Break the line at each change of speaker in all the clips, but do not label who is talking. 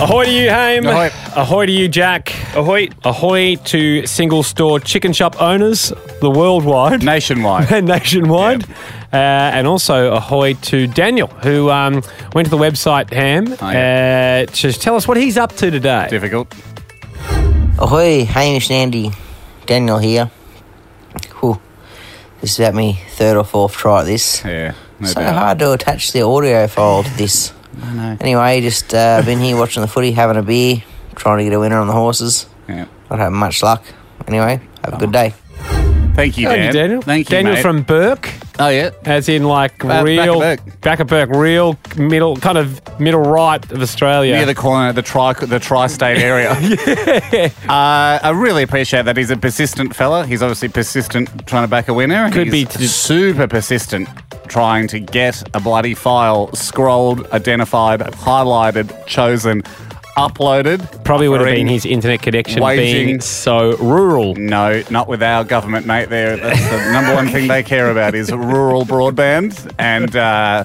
Ahoy to you, Haim.
Ahoy.
Ahoy to you, Jack.
Ahoy.
Ahoy to single store chicken shop owners the worldwide
Nationwide.
and nationwide. Uh, and also ahoy to Daniel, who um, went to the website, Ham,
Oh, yeah.
uh, to tell us what he's up to today.
Difficult.
Ahoy, Hamish and Andy. Daniel here. Whew. This is about me third or fourth try at this.
Yeah. No
so
doubt.
hard to attach the audio file to this.
I know.
Anyway, just uh, been here watching the footy, having a beer, trying to get a winner on the horses.
Yeah.
Not having much luck. Anyway, have a good day.
Thank you,
Thank
Dan.
you, Daniel.
Thank you,
Daniel
mate.
from Burke,
Oh yeah.
as in like
back of
real
Burke.
back of Burke, real middle kind of middle right of Australia.
Near the corner, the tri the tri-state area. uh, I really appreciate that. He's a persistent fella. He's obviously persistent trying to back a winner.
Could
He's
be t-
super persistent trying to get a bloody file scrolled, identified, highlighted, chosen, uploaded.
Probably would have been
Offering-
his internet connection
Waging-
being so rural.
No, not with our government, mate. They're, that's the number one thing they care about is rural broadband, and uh,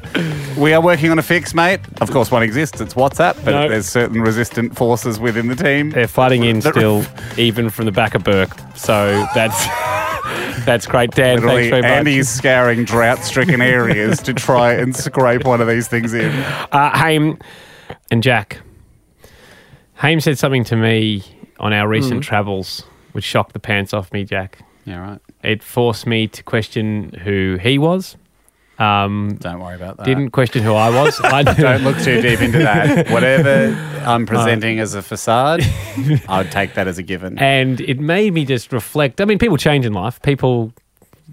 we are working on a fix, mate. Of course, one exists. It's WhatsApp, but
No.
there's certain resistant forces within the team.
They're fighting in
The-
still, even from the back of Burke. So that's that's great, Dan. thanks
Literally,
very much.
Andy's scouring drought-stricken areas to try and scrape one of these things in.
Uh, Haim and Jack. Haim said something to me on our recent travels, which shocked the pants off me, Jack.
Yeah, right.
It forced me to question who he was. Um,
Don't worry about that.
didn't question who I was. I
Don't look too deep into that. Whatever I'm presenting as a facade, I'd take that as a given.
and it made me just reflect. I mean, people change in life. People,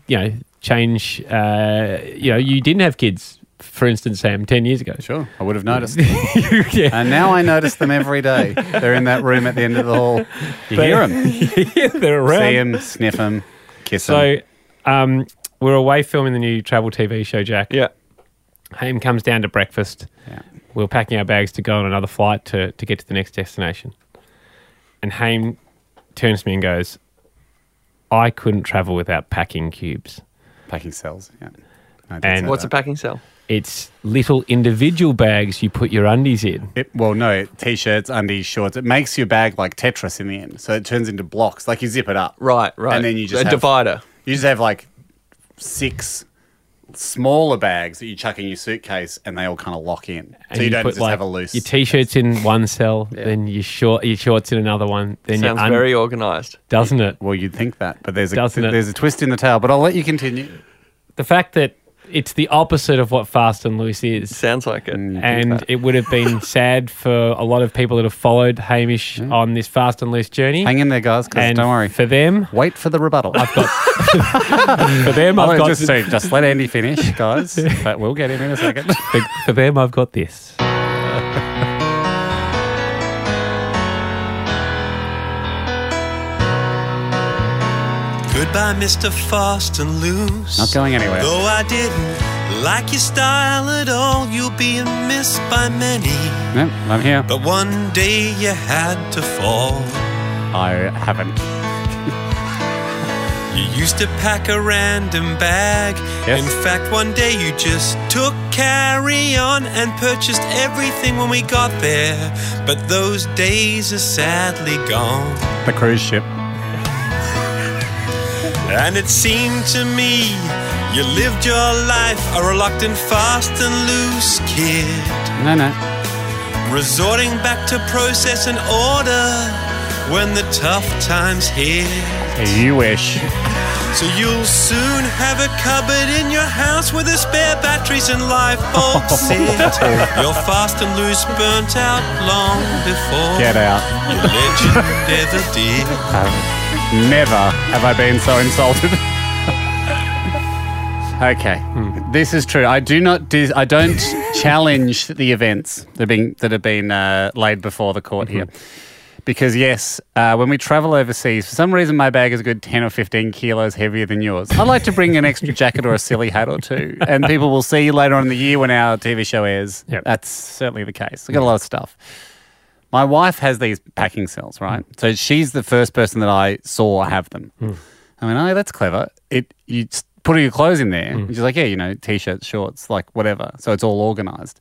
you know, change. Uh, you know, you didn't have kids, for instance, Sam, ten years ago.
Sure, I would have noticed.
yeah.
And now I notice them every day. They're in that room at the end of the hall. You
They-
hear 'em. hear them,
yeah, they're around.
see them, sniff them, kiss them.
So, um, we're away filming the new travel TV show, Jack. Yeah. Haim comes down to breakfast.
Yeah.
We're packing our bags to go on another flight to, to get to the next destination. And Haim turns to me and goes, I couldn't travel without packing cubes.
packing cells. Yeah. I did
And-
say
What's a
that.
packing cell?
It's little individual bags you put your undies in.
It, well, no, t-shirts, undies, shorts. It makes your bag like Tetris in the end, so it turns into blocks. Like you zip it up,
Right, right.
And then you just
a
have-
divider.
You just have like six smaller bags that you chuck in your suitcase, and they all kind of lock in,
And
so you, don't just have a loose.
Your t shirts in one cell, then your, short, your shorts in another one, then your
Sounds
un-
very organised.
Doesn't it?
well, you'd think that, but there's a
Doesn't it?
there's a twist in the tail. But I'll let you continue.
The fact that it's the opposite of what fast and loose is.
Sounds like it.
and it would have been sad for a lot of people that have followed Hamish on this fast and loose journey.
Hang in there, guys, because
and
don't worry.
for them,
Wait for the rebuttal. I've got
for them, I've
Oh,
got
just, sorry, just let Andy finish, guys. but we'll get him in a second.
for, for them, I've got this.
Goodbye, Mr. Fast and Loose.
Not going anywhere.
Though I didn't like your style at all, you're being missed by many.
No, I'm here.
But one day you had to fall.
I haven't.
You used to pack a random bag.
Yes.
In fact, one day you just took carry on and purchased everything when we got there. But those days are sadly gone.
The cruise ship.
And it seemed to me you lived your life a reluctant, fast and loose kid,
No, no.
resorting back to process and order when the tough times hit.
You wish.
So you'll soon have a cupboard in your house where the spare batteries and life bulbs sit. You're fast and loose, burnt out long before
Get out.
your legend ever did.
Never have I been so insulted. okay, this is true. I do not. Dis- I don't challenge the events that have been that have been uh, laid before the court here. Because, yes, uh, when we travel overseas, for some reason my bag is a good 10 or 15 kilos heavier than yours. I like to bring an extra jacket or a silly hat or two, and people will see later on in the year when our TV show airs.
Yep.
That's certainly the case. I've got a lot of stuff. My wife has these packing cells, right? So she's the first person that I saw have them. I mean, oh, that's clever. It you just put all your clothes in there. And she's like, yeah, you know, t-shirts, shorts, like whatever. So it's all organized.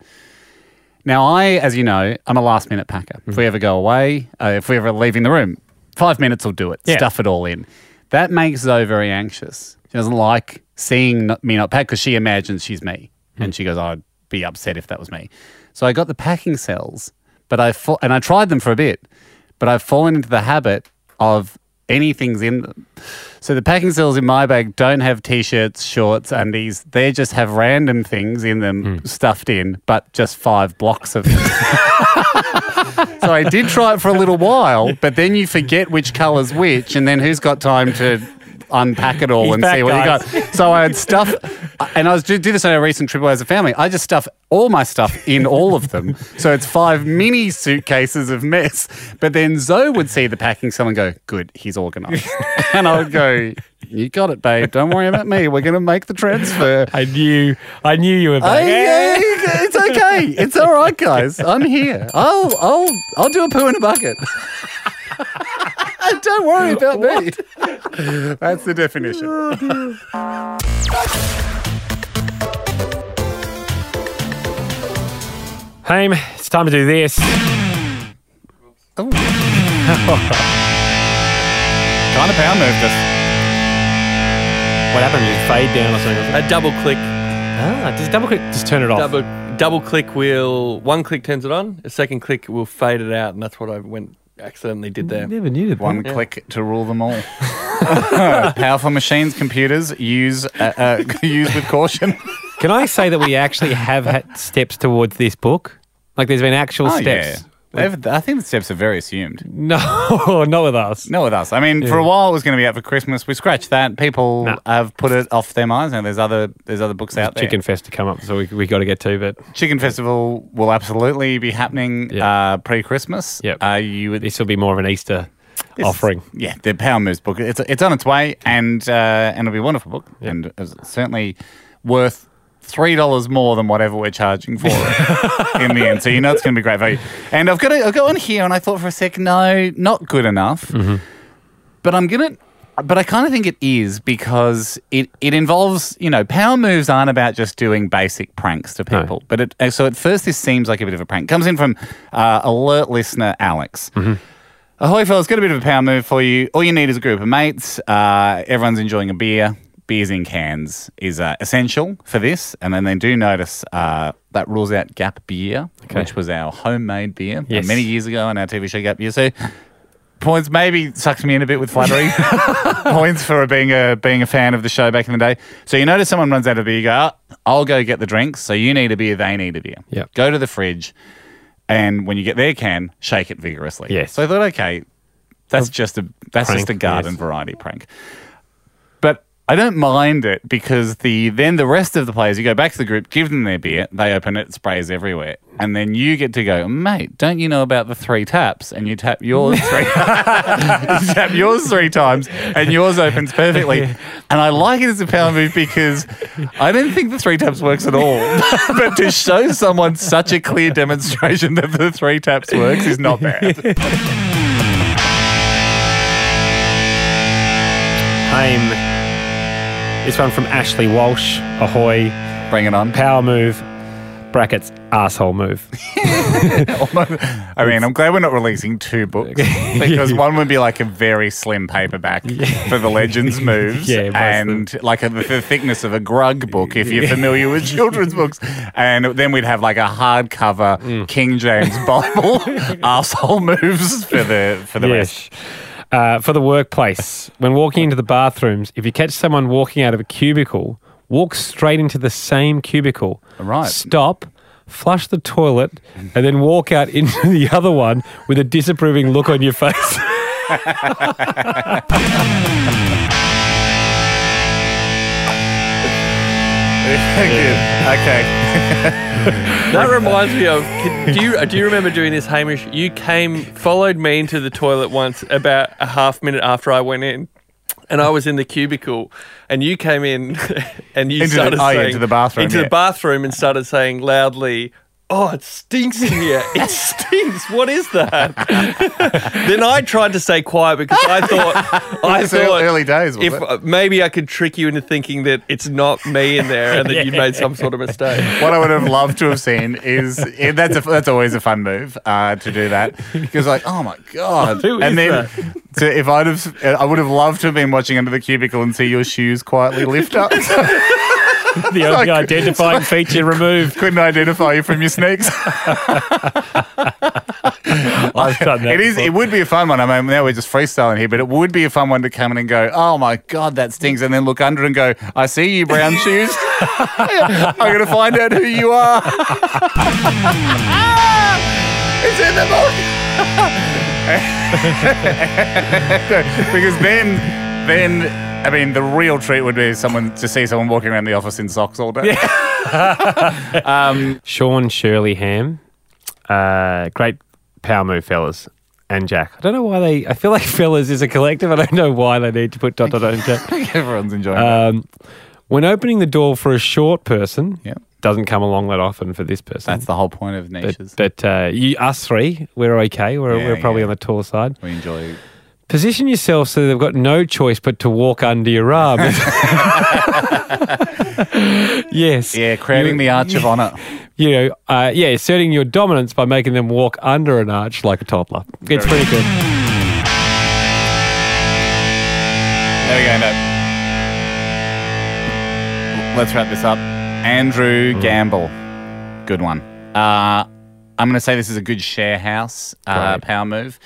Now, I, as you know, I'm a last minute packer. If we ever go away, uh, if we ever leaving the room, five minutes will do it.
Yeah.
Stuff it all in. That makes Zoe very anxious. She doesn't like seeing not, me not pack because she imagines she's me, and she goes, "I'd be upset if that was me." So I got the packing cells, but I fa- and I tried them for a bit, but I've fallen into the habit of anything's in them. So the packing cells in my bag don't have t-shirts, shorts, undies. They just have random things in them
Hmm.
stuffed in, but just five blocks of them. so I did try it for a little while, but then you forget which colour's which, and then who's got time to unpack it all
He's
and
back,
see what
guys.
you got. So I had stuff, and I was did this on a recent trip away as a family. I just stuff all my stuff in all of them, so it's five mini suitcases of mess. But then Zoe would see the packing cell and go, "Good, he's organised," and I would go, "You got it, babe. Don't worry about me. We're going to make the transfer."
I knew, I knew you were back.
I- I- it's okay. It's all right, guys. I'm here. I'll I'll I'll do a poo in a bucket. Don't worry about me. That's the definition.
Haim, it's time to do this.
Oh. Kind of power move, just
What happened? Did it fade down or something?
A double click,
Ah, just double click. Just turn it off.
double double click will one click turns it on. A second click will fade it out, and that's what I went accidentally did there.
Never knew that.
one click to rule them all. Powerful machines, computers use uh, uh, use with caution.
Can I say that we actually have had steps towards this book? Like there's been actual
Oh,
steps.
They've- I think the steps are very assumed.
No, not with us.
Not with us. I mean, for a while it was going to be out for Christmas. We scratched that. People
Nah.
have put it off their minds. Now there's other there's other books out there.
Chicken fest to come up, so we we got to get to. But
Chicken Festival will absolutely be happening
Yeah.
uh, pre-Christmas.
Yep.
Uh, you would,
this will be more of an Easter offering.
Yeah, the Power Moves book. It's it's on its way, and uh, and it'll be a wonderful book, and it's certainly worth three dollars more than whatever we're charging for it in the end. So you know it's going to be great value. And I've got to, I've got on here, and I thought for a sec, no, not good enough. But I'm gonna. But I kind of think it is because it, it involves, you know, power moves aren't about just doing basic pranks to
No.
people. But it, uh, so at first, this seems like a bit of a prank. Comes in from uh, alert listener Alex.
Mm-hmm.
Ahoy, fellas, got a bit of a power move for you. All you need is a group of mates. Uh, everyone's enjoying a beer. Beers in cans is uh, essential for this. And then they do notice uh, that rules out Gap Beer, which was our homemade beer uh,
Yes.
many years ago on our TV show Gap Year. So points maybe sucks me in a bit with flattery. points for being a being a fan of the show back in the day. So you notice someone runs out of beer, you go, "Oh, I'll go get the drinks. So you need a beer, they need a beer.
Yep.
Go to the fridge, and when you get their can, shake it vigorously.
Yes.
So I thought, okay, that's just a that's
Prank,
just a garden
yes.
variety prank. But I don't mind it because the then the rest of the players, you go back to the group, give them their beer, they open it, sprays everywhere, and then you get to go, mate. Don't you know about the three taps? And you tap yours three, you tap yours three times, and yours opens perfectly. And I like it as a power move because I don't think the three taps works at all. but to show someone such a clear demonstration that the three taps works is not bad.
Haim. This one from Ashley Walsh. Ahoy.
Bring it on.
Power move. Brackets. Asshole move.
I mean, I'm glad we're not releasing two books because one would be like a very slim paperback for the Legends moves,
Yeah, most of
and like a, the thickness of a Grug book if you're familiar with children's books, and then we'd have like a hardcover King James Bible asshole moves for the for the rest.
Yes. Uh, for the workplace, when walking into the bathrooms, if you catch someone walking out of a cubicle, walk straight into the same cubicle.
Right.
Stop, flush the toilet, and then walk out into the other one with a disapproving look on your face.
Good. Okay.
That reminds me of. can- Do you uh, do you remember doing this, Hamish? You came, followed me into the toilet once about a half minute after I went in, and I was in the cubicle, and you came in, and you
Into the-
started
oh, yeah,
saying,
into the bathroom,
into
yeah.
the bathroom, and started saying loudly. Oh, it stinks in here. It stinks. What is that? then I tried to stay quiet because I thought I
was
thought
early days, was
if
it?
uh, maybe I could trick you into thinking that it's not me in there and that you made some sort of mistake.
what I would have loved to have seen is eh, that's a, that's always a fun move uh, to do that because like oh my god
Who is
and then
that?
so if I'd have I would have loved to have been watching under the cubicle and see your shoes quietly lift up
the only identifying feature removed.
couldn't identify you from your sneaks
I've done that.
it is it
before.
would be a fun one I mean now we're just freestyling here but it would be a fun one to come in and go oh my god that stinks and then look under and go I see you brown shoes I'm gonna find out who you are it's in the book because then then I mean the real treat would be someone to see someone walking around the office in socks all day
Sean Shirley Ham. Uh, great power move, fellas. And Jack. I don't know why they. I feel like fellas is a collective. I don't know why they need to put dot dot dot. and Jack.
everyone's enjoying that
Um, when opening the door for a short person,
Yep.
doesn't come along that often for this person.
that's the whole point of niches
but but uh, you, us three, we're okay. We're,
Yeah,
we're probably
yeah.
on the tall side.
we enjoy
Position yourself so they've got no choice but to walk under your arm. yes.
yeah creating the arch of honor
You know, uh, yeah, asserting your dominance by making them walk under an arch like a toddler. It's pretty good.
There we go, no. Let's wrap this up. Andrew Gamble. Good one. Uh, I'm going to say this is a good share house uh,
Great.
power move.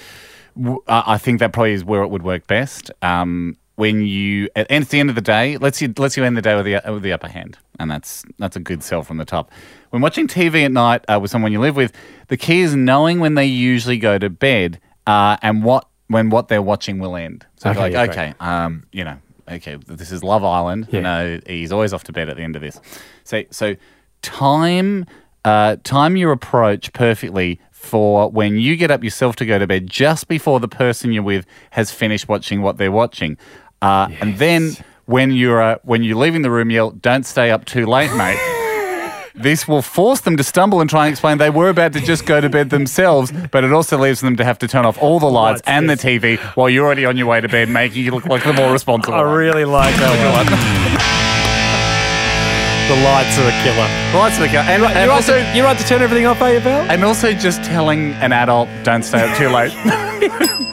W- I I think that probably is where it would work best. Um, when you at, and at the end of the day, let's you let's you end the day with the with the upper hand, and that's that's a good sell from the top. When watching TV at night uh, with someone you live with, the key is knowing when they usually go to bed uh, and what when what they're watching will end. So
Okay,
like,
yeah, great.
okay, um, you know, okay, this is Love Island.
Yeah.
You know, he's always off to bed at the end of this. So, so time, uh, time your approach perfectly for when you get up yourself to go to bed just before the person you're with has finished watching what they're watching, uh, and then when you're uh, when you're leaving the room, yell, "Don't stay up too late, mate." This will force them to stumble and try and explain they were about to just go to bed themselves, but it also leaves them to have to turn off all the lights
Lights,
and the
yes.
TV while you're already on your way to bed, making you look like the more responsible. one.
like that one. the lights are a killer.
Well, that's the killer. And, and
You're,
also,
also, you're right to turn everything off, eh, are you, Bell?
and also just telling an adult, don't stay up too late.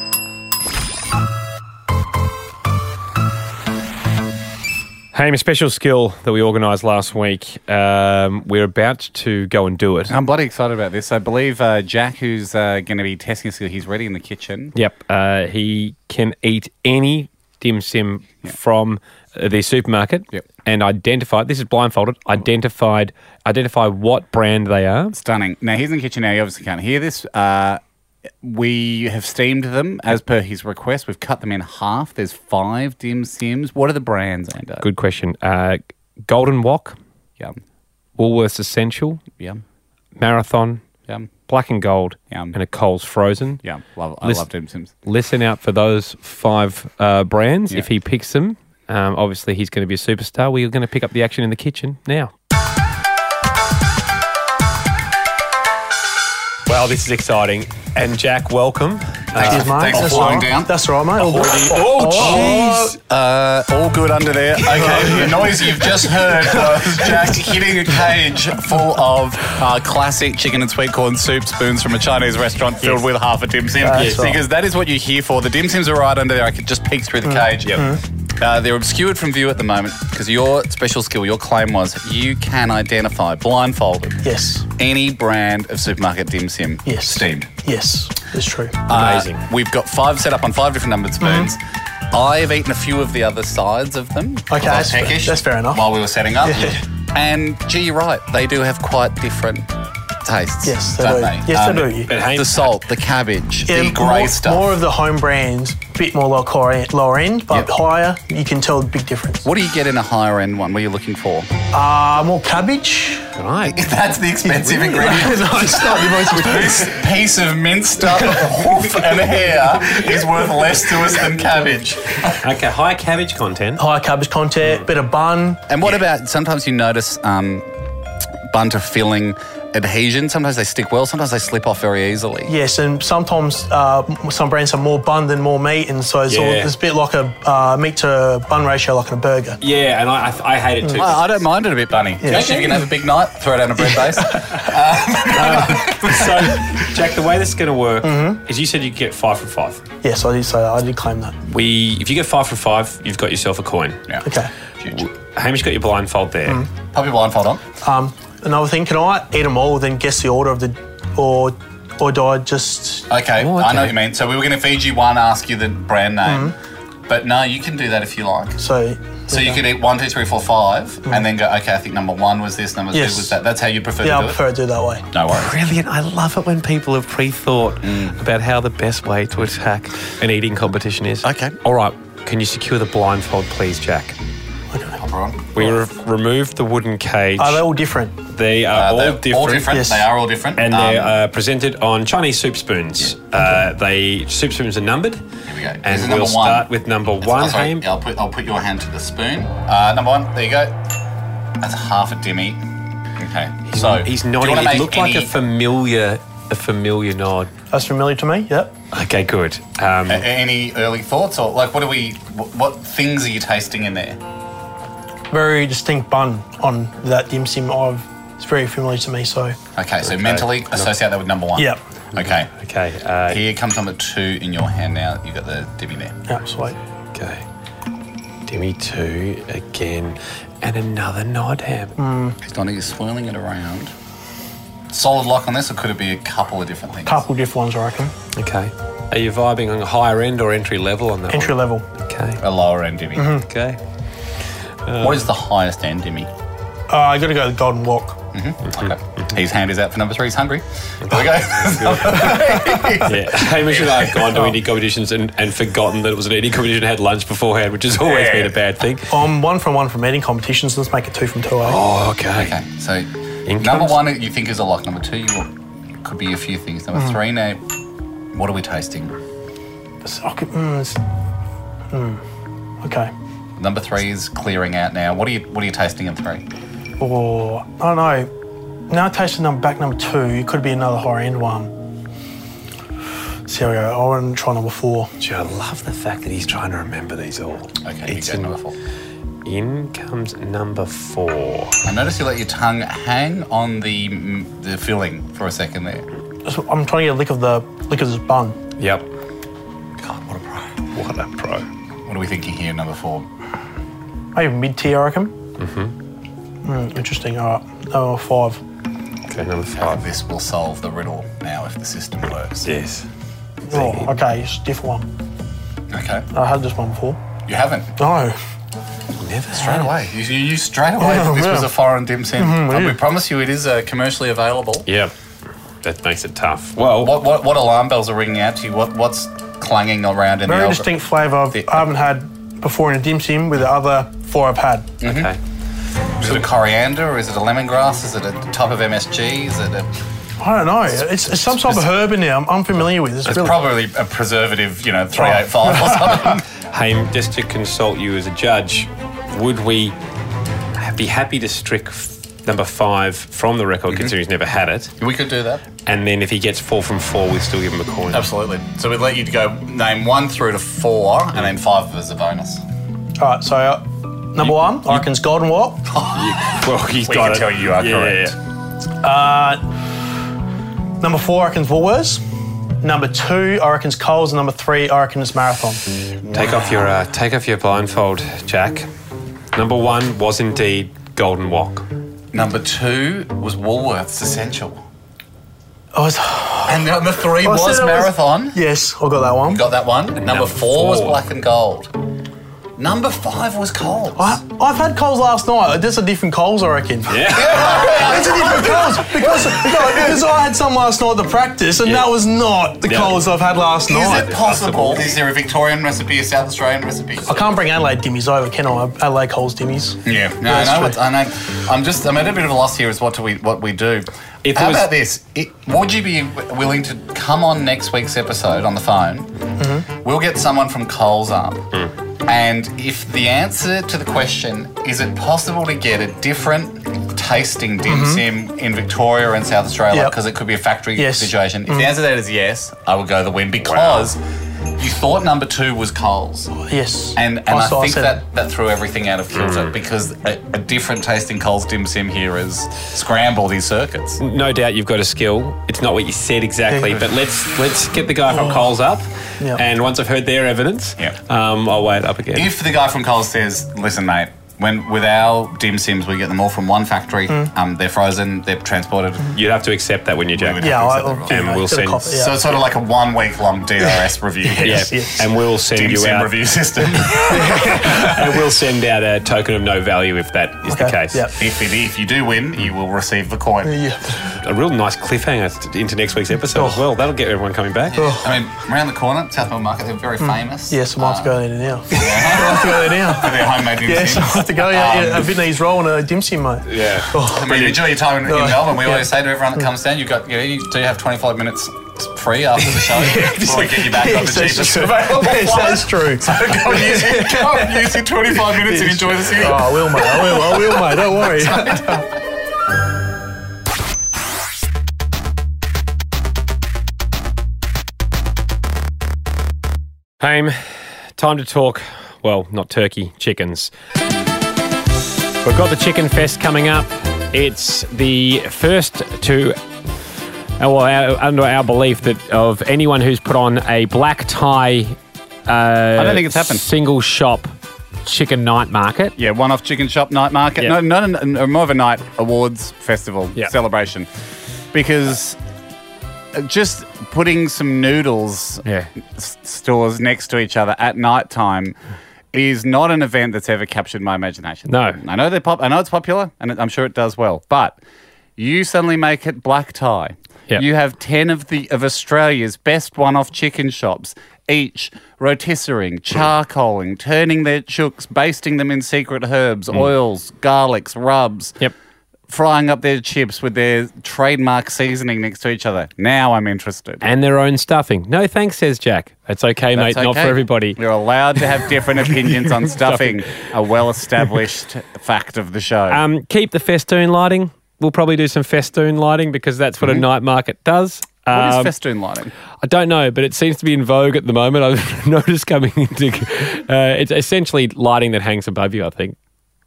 Hey, a special skill that we organised last week. Um, we're about to go and do it.
I'm bloody excited about this. I believe uh, Jack, who's uh, going to be testing us, he's ready in the kitchen.
Yep. Uh, he can eat any dim sim from uh, the supermarket
Yep.
and identify. This is blindfolded. Identified. Identify what brand they are.
Stunning. Now, he's in the kitchen now. You obviously can't hear this. Uh, we have steamed them as per his request. We've cut them in half. There's five dim sims. What are the brands, Ando?
Good question. Uh, Golden Wok,
Yum.
Woolworths Essential,
Yum.
Marathon,
Yum.
Black and Gold,
Yum.
and a Coles Frozen.
Yum. Love, I
Listen-
love dim sims.
Listen out for those five uh, brands.
Yeah.
If he picks them, um, obviously he's going to be a superstar. We're going to pick up the action in the kitchen now. Well, this is exciting. And Jack, welcome.
Thanks, thanks for slowing down.
That's right, mate. All,
Oh, jeez. Uh, all good under there. Okay, the noise you've just heard was Jack hitting a cage full of uh, classic chicken and sweet corn soup spoons from a Chinese restaurant filled with half a dim sim.
That's right.
Because that is what you're here for. The dim sims are right under there. I could just peek through the cage.
Mm-hmm.
Uh, they're obscured from view at the moment because your special skill, your claim was you can identify blindfolded
yes,
any brand of supermarket dim sim
Yes.
steamed.
yes, it's true.
Uh,
Amazing.
we've got five set up on five different numbered spoons. I've eaten a few of the other sides of them. because I was
Mm-hmm. that's fair-
peckish
that's fair enough.
While we were setting up.
Yeah.
And gee, you're right. They do have quite different tastes.
Yes, they
don't
do.
They?
Yes, they do.
But the salt, the cabbage,
Yeah,
the
more,
grey stuff.
more of the home brands, bit more lower end, lower end but
Yep.
higher, you can tell the big difference.
what do you get in a higher end one? What are you looking for?
Uh, more cabbage.
Right.
That's the expensive ingredient. no, it's not. this piece of minced up hoof and hair is worth less to us than cabbage.
Okay, high cabbage content.
Higher cabbage
Mm.
content, bit of bun.
And what about sometimes you notice um, bunter filling adhesion? Sometimes they stick well, sometimes they slip off very easily.
Yes, and sometimes uh, some brands have more bun than more meat, and so it's, all,
Yeah.
it's a bit like a uh, meat to bun ratio, like in a burger.
Yeah, and I, I, I hate it too.
I, I don't mind it a bit, Bunny. Actually, if you're going to have a big night, throw it on a bread base.
so, Jack, the way this is going to work
Mm-hmm.
is you said you get five for five.
Yes, I did say that. I did claim that.
We, if you get five for five, you've got yourself a coin.
yeah.
Okay.
Hamish got your blindfold there.
Mm.
Puppy blindfold on.
Um, another thing, can I eat them all, then guess the order of the, or, or do I just?
Okay,
Oh,
I
okay.
know what you mean. So we were going to feed you one, ask you the brand name.
Mm-hmm.
But no, you can do that if you like.
So.
So you could eat one, two, three, four, five, and then go, okay, I think number one was this, number
Mm-hmm. Yes.
two was that. That's how you prefer
Yeah, I
to do
prefer to do it that way.
it? No worries.
Brilliant. I love it when people have pre thought
Mm.
about how the best way to attack an eating competition is.
Okay.
All right, can you secure the blindfold, please, Jack?
Uh,
We re- removed the wooden cage.
Are they all different?
they
Uh,
are
they're
all different.
All different.
Yes.
They are all different.
And
Um,
they are presented on Chinese soup spoons. uh, they soup spoons are numbered. Here
we go.
And
Here's number
we'll
one.
start with number
It's-
one,
oh, sorry.
Ham.
Yeah, I'll put I'll put your hand to the spoon. Uh, number one, there you go. That's half a dimmy. Okay. So
He's
do you wanna
nodding. It
make
looked like
any-
a familiar, a familiar nod.
That's familiar to me. Yep.
Okay, good. Um,
a- any early thoughts or like what are we what, what things are you tasting in there?
Very distinct bun on that dim sim. I've, it's very familiar to me. So.
Okay, so mentally associate that with number one.
Yep.
Okay.
okay. Uh,
Here comes number two in your hand now. You got the dimmy there.
Yeah. Sweet.
Okay. Demi two again. And another nod, Ham.
He's Donnie is swirling it around. Solid lock on this, or could it be a couple of different things?
Couple different ones, I reckon.
Okay. Are you vibing on higher end or entry level on that?
Entry level.
One? Okay.
A lower end dimmy.
Okay.
What is the highest end dimmy?
Uh, I got to go to the Golden Walk.
Mm-hmm.
Okay. His hand is out for number three. He's hungry. There we go.
yeah. Hamish and
uh,
I have gone to eating competitions and, and forgotten that it was an eating competition. Had lunch beforehand, which has always
Yeah.
been a bad thing.
Um, one from one from eating competitions. Let's make it two from two. eh?
Oh, okay.
Okay, so
In
number
comes-
one you think is a lock. Number two, you want, could be a few things. Number
Mm.
three, now, what are we tasting?
It's- I could- mm, it's- mm, okay.
Number three is clearing out now. What are you What are you tasting in three?
Or Oh, I don't know. Now I tasted number back number two. It could be another higher end one. See how we go. I want to try number four.
Gee, I love the fact that he's trying to remember these all.
Okay, you
It's
go
in-
number four.
In comes number four.
I notice you let your tongue hang on the mm, the filling for a second there.
Just- I'm trying to get a lick of the lick of this bun.
Yep.
God, what a pro.
What a pro.
What are we thinking here? Number four.
Maybe mid tier, I reckon. Mm-hmm. interesting. All right. Number five.
Okay, number
Oh,
five.
this will solve the riddle now if the system works.
Yes.
Oh, okay. It's a different one.
Okay.
I had this one before.
You haven't
No.
Never
straight away. You, you used straight away that
Oh,
this was a foreign dim sim.
Mm-hmm.
and we promise you, it is uh, commercially available.
Yeah. That makes it tough. Well,
What, what, what alarm bells are ringing out to you? What what's clanging around in
Very
the algor-
distinct flavour. I've- I haven't had before in a dim sim with the other four I've had.
Mm-hmm.
okay.
Is it a coriander or is it a lemongrass? Is it a type of MSG? Is it a,
I don't know. It's, it's some type of herb in there. I'm unfamiliar with. It's,
it's
really Oh.
probably a preservative, you know, 385 or something.
Haim, just to consult you as a judge, would we ha- be happy to strike f- number five from the record, considering he's never had it?
we could do that.
And then if he gets four from four, we still give him a coin.
Absolutely. So we'd let you go name one through to four and then five as a bonus.
All right. So uh, number one, I reckon's Golden Walk.
Well, he's
We
got
can
it.
tell you are
Yeah, yeah,
correct.
yeah.
Number four, I reckon's Woolworths. Number two, I reckon's Coles. And number three, I reckon it's Marathon.
Take off your uh, take off your blindfold, Jack. Number one was indeed Golden Walk.
Number two was Woolworths Essential.
I was,
And number three
Oh, I said
was
it was-
Marathon.
yes, I got that one.
Got that one. Number,
number
four, was
four.
Black and Gold.
Number five was Coles.
I, I've had Coles last night. This is different Coles, I reckon. Yeah. it's a different Coles because, no, because I had some last night at the practice, and that was not the Coles I've had last night.
Is it possible? Is there a Victorian recipe, a South Australian recipe?
I can't bring Adelaide dimmies over, can I? Adelaide Coles dimmies.
Yeah, no, I
That's
know.
true.
What, I know. I'm just. I'm at a bit of a loss here. Is what do we what we do?
If
How
it was-
about this? It, would you be w- willing to come on next week's episode on the phone?
Mm-hmm.
We'll get someone from Coles up,
Mm.
and if the answer to the question is it possible to get a different tasting dim sim in Victoria and South Australia
Mm-hmm. Yep.
because it could be a factory
Yes. Mm-hmm.
situation. If the answer to that is yes, I would go the win because you thought number two was Coles.
Yes.
And, and I,
saw-
think
said
that, that threw everything out of
Mm.
kilter because a, a different tasting Coles Dim Sim here has scrambled these circuits.
No doubt you've got a skill. It's not what you said exactly,
Yeah.
but let's let's get the guy from Coles up,
Yeah.
and once I've heard their evidence,
Yeah.
um, I'll weigh it up again.
If the guy from Coles says, listen, mate, when with our Dim Sims, we get them all from one factory,
Mm.
um, they're frozen, they're transported.
You'd have to accept that when you're Jack.
would
Yeah,
I
I,
think so,
I'll,
right?
yeah,
And we'll
get a
send-
copy, Mm. yeah.
So it's sort of like a one week long DRS review.
Yeah,
Yes, yes.
and we'll send
Dim
you
Sim
out.
review system.
and we'll send out a token of no value if that is the
Okay,
case.
yeah.
if, it, if you do win,
Mm.
you will receive the coin.
Yeah.
A real nice cliffhanger t- into next week's episode
Oh.
as well. That'll get everyone coming back.
I mean, around the corner, South Melbourne Market, they're very famous.
Mm. Yes, I might have to go there now. I might have to go there now.
They're homemade Dim
Yes, I
Sims.
have to go. Yeah, yeah,
Um,
a Vietnamese roll and a dim sum, mate.
Yeah.
I mean, enjoy your time in, in
Oh,
Melbourne. We
yeah.
always say to everyone that comes down, you've got, you, know, you do have 25 minutes free after the show before we get you back on the
Yes, that's
cheapest
true.
available
Yes,
flight.
that's true.
Go and use it- go and use your 25 minutes and enjoy the city.
Oh, I will, mate. I will. I will, mate. Don't worry.
Haim, time to talk. Well, not turkey, chickens. We've got the Chicken Fest coming up. It's the first to, uh, well, our, under our belief that of anyone who's put on a black tie. Uh,
I don't think it's happened.
Single shop chicken night market.
Yeah, one off chicken shop night market.
Yeah.
No, not an, uh, more of a night awards festival
Yeah.
celebration. Because uh, just putting some noodles
Yeah.
s- stores next to each other at night time is not an event that's ever captured my imagination.
No.
I know they're pop- I know it's popular and I'm sure it does well, but you suddenly make it black tie.
Yeah.
You have 10 of the of Australia's best one-off chicken shops each rotisserie, charcoaling, turning their chooks, basting them in secret herbs, oils, garlics, rubs.
Mm. Yep.
Frying up their chips with their trademark seasoning next to each other. Now I'm interested.
And their own stuffing. No thanks, says Jack. That's okay, mate.
That's
Not for
okay.
everybody.
You're allowed to have different opinions on stuffing, a well established fact of the show.
Um, keep the festoon lighting. We'll probably do some festoon lighting because that's what a night market does.
Mhm. what is
Um,
festoon lighting?
I don't know, but it seems to be in vogue at the moment. I've noticed coming into uh, it's essentially lighting that hangs above you. I think.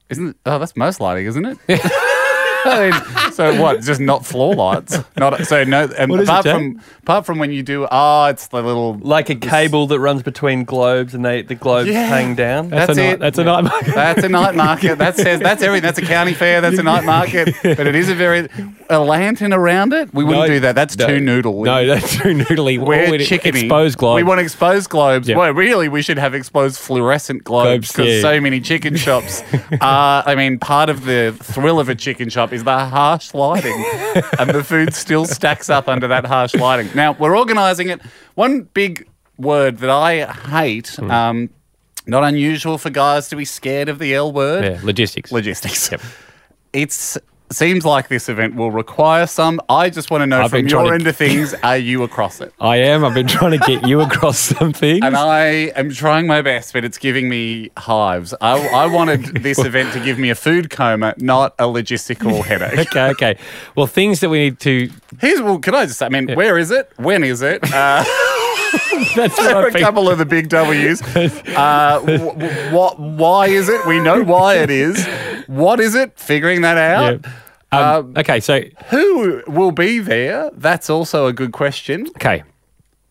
Isn't it, oh, that's most lighting, isn't it? I mean, so what? Just not floor lights? Not so no. And
What is it,
apart
Jack?
from apart from when you do, ah, it's the little
Like a cable that runs between globes and they the globes
Yeah.
hang down.
That's,
That's
a night.
it.
That's a night market.
That's a night market. That says that's everything. That's a county fair. That's a night market. But it is a very a lantern around it. We wouldn't
No,
do that. That's
no.
too noodle.
No, that's too noodly.
We're
All we'd
chickeny.
Exposed globe.
We want exposed globes.
Yeah.
Well, really, we should have exposed fluorescent globes
Globes,
because
yeah.
so many chicken shops are. I mean, part of the thrill of a chicken shop is the harsh lighting, and the food still stacks up under that harsh lighting. Now we're organising it. One big word that I hate.
Hmm.
Um, not unusual for guys to be scared of the L word
yeah, logistics.
logistics. It's seems like this event will require some. I just want to know
I've
from
been trying
your
to-
end of things, are you across it?
I am. I've been trying to get you across something.
And I am trying my best, but it's giving me hives. I, I wanted this event to give me a food coma, not a logistical headache.
Okay, okay. Well, things that we need to.
Here's well, can I just? I mean, where is it? When is it? Uh,
That's
there are
what
a
I think.
couple of the big W's. Uh, wh- wh- what? Why is it? We know why it is. What is it? Figuring that out.
Yeah. Um, okay, so
Who will be there? That's also a good question.
okay,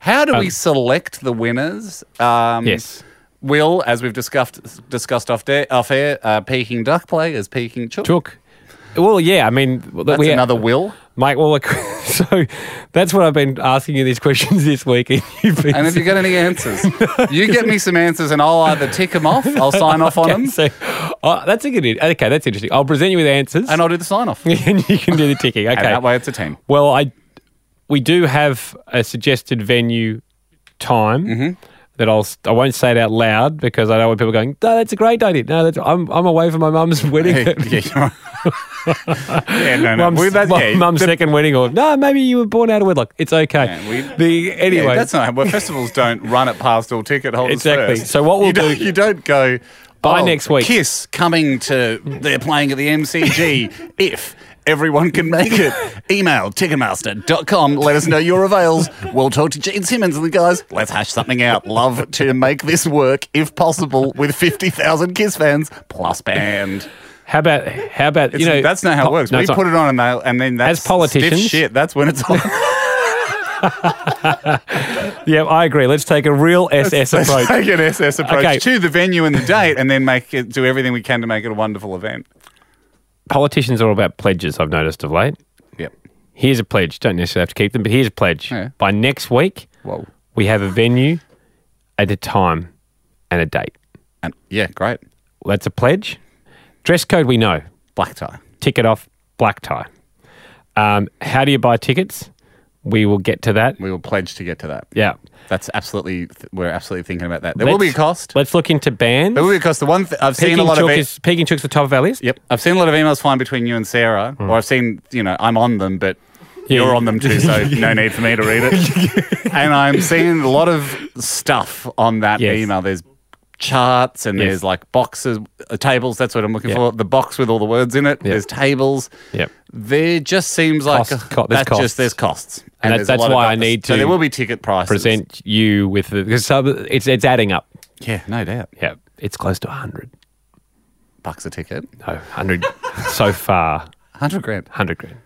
How do we select the winners? Um,
Um, yes.
Will, as we've discussed discussed off, da- off air, uh, Peking Duck Play as Peking Chook.
Took. Well, yeah. I mean,
That's
we
another Will.
Mike. Well, ac- So that's what I've been asking you these questions this week, and you've been.
And if you got any answers, you get me some answers and I'll either tick them off, I'll sign off on
okay,
them,
so, oh, that's a good. Okay, that's interesting. I'll present you with answers,
and I'll do the sign off. And
and you can do the ticking. Okay,
that way it's a team.
Well, I we do have a suggested venue time
Mm-hmm.
that I'll s- I won't say it out loud because I don't want people going. No, that's a great idea. No, that's I'm I'm away for my mum's wedding.
yeah, you're right. yeah, no, no.
Mum's,
We- that- yeah,
mu- mum's second wedding, or no, maybe you were born out of wedlock. It's okay.
Yeah, we-
the anyway,
Yeah, that's not well. Festivals don't run it past all ticket holders.
Exactly.
first.
So what we'll
you don't,
do-
you don't go
By
"Oh,
next week."
Kiss coming to they're playing at the MCG if everyone can make it. Email ticketmaster.com. Let us know your avails. We'll talk to Gene Simmons and the guys. Let's hash something out. Love to make this work if possible with fifty thousand Kiss fans plus band.
how about how about you
It's-
know
that's not how it
po-
works.
no,
we
it's not.
put it on and, they, and then that's
As politicians-
stiff shit. That's when it's on.
Yeah, I agree. Let's take a real SS
Let's
approach.
Take an SS approach
Okay.
to the venue and the date, and then make it do everything we can to make it a wonderful event.
Politicians are all about pledges. I've noticed of late.
Yep.
Here's a pledge. Don't necessarily have to keep them, but here's a pledge.
Yeah.
By next week,
Whoa.
we have a venue, at a time, and a date.
And yeah, great.
Well, that's a pledge. Dress code we know.
Black tie.
Ticket off, black tie. Um, how do you buy tickets? We will get to that.
We will pledge to get to that.
Yeah.
That's absolutely. Th- we're absolutely thinking about that. There will be a
Let's-
cost.
Let's look into bands.
There will be a cost. The one th- I've seen a
Peking
lot
Chook
of. E-
is Peking Chook's the top of our list.
yep. I've seen a lot of emails flying between you and Sarah, or I've seen. You know, I'm on them, but.
Hmm. Yeah.
You're on them too, so no need for me to read it. and I'm seeing a lot of stuff on that
Yes.
email. There's charts and
Yes.
there's like boxes, uh, tables. That's what I'm looking
Yeah.
for. The box with all the words in it. There's tables.
Yep.
There just seems like
Costs, co- there's
that's
costs.
just there's costs,
And that-
there's a
that's
lot of
why I
others.
need
So
to
there will be ticket prices.
Present you with the because some- it's it's adding up.
Yeah, no doubt.
Yeah, it's close to hundred.
Bucks a ticket.
No, hundred so far.
Hundred grand.
Hundred grand.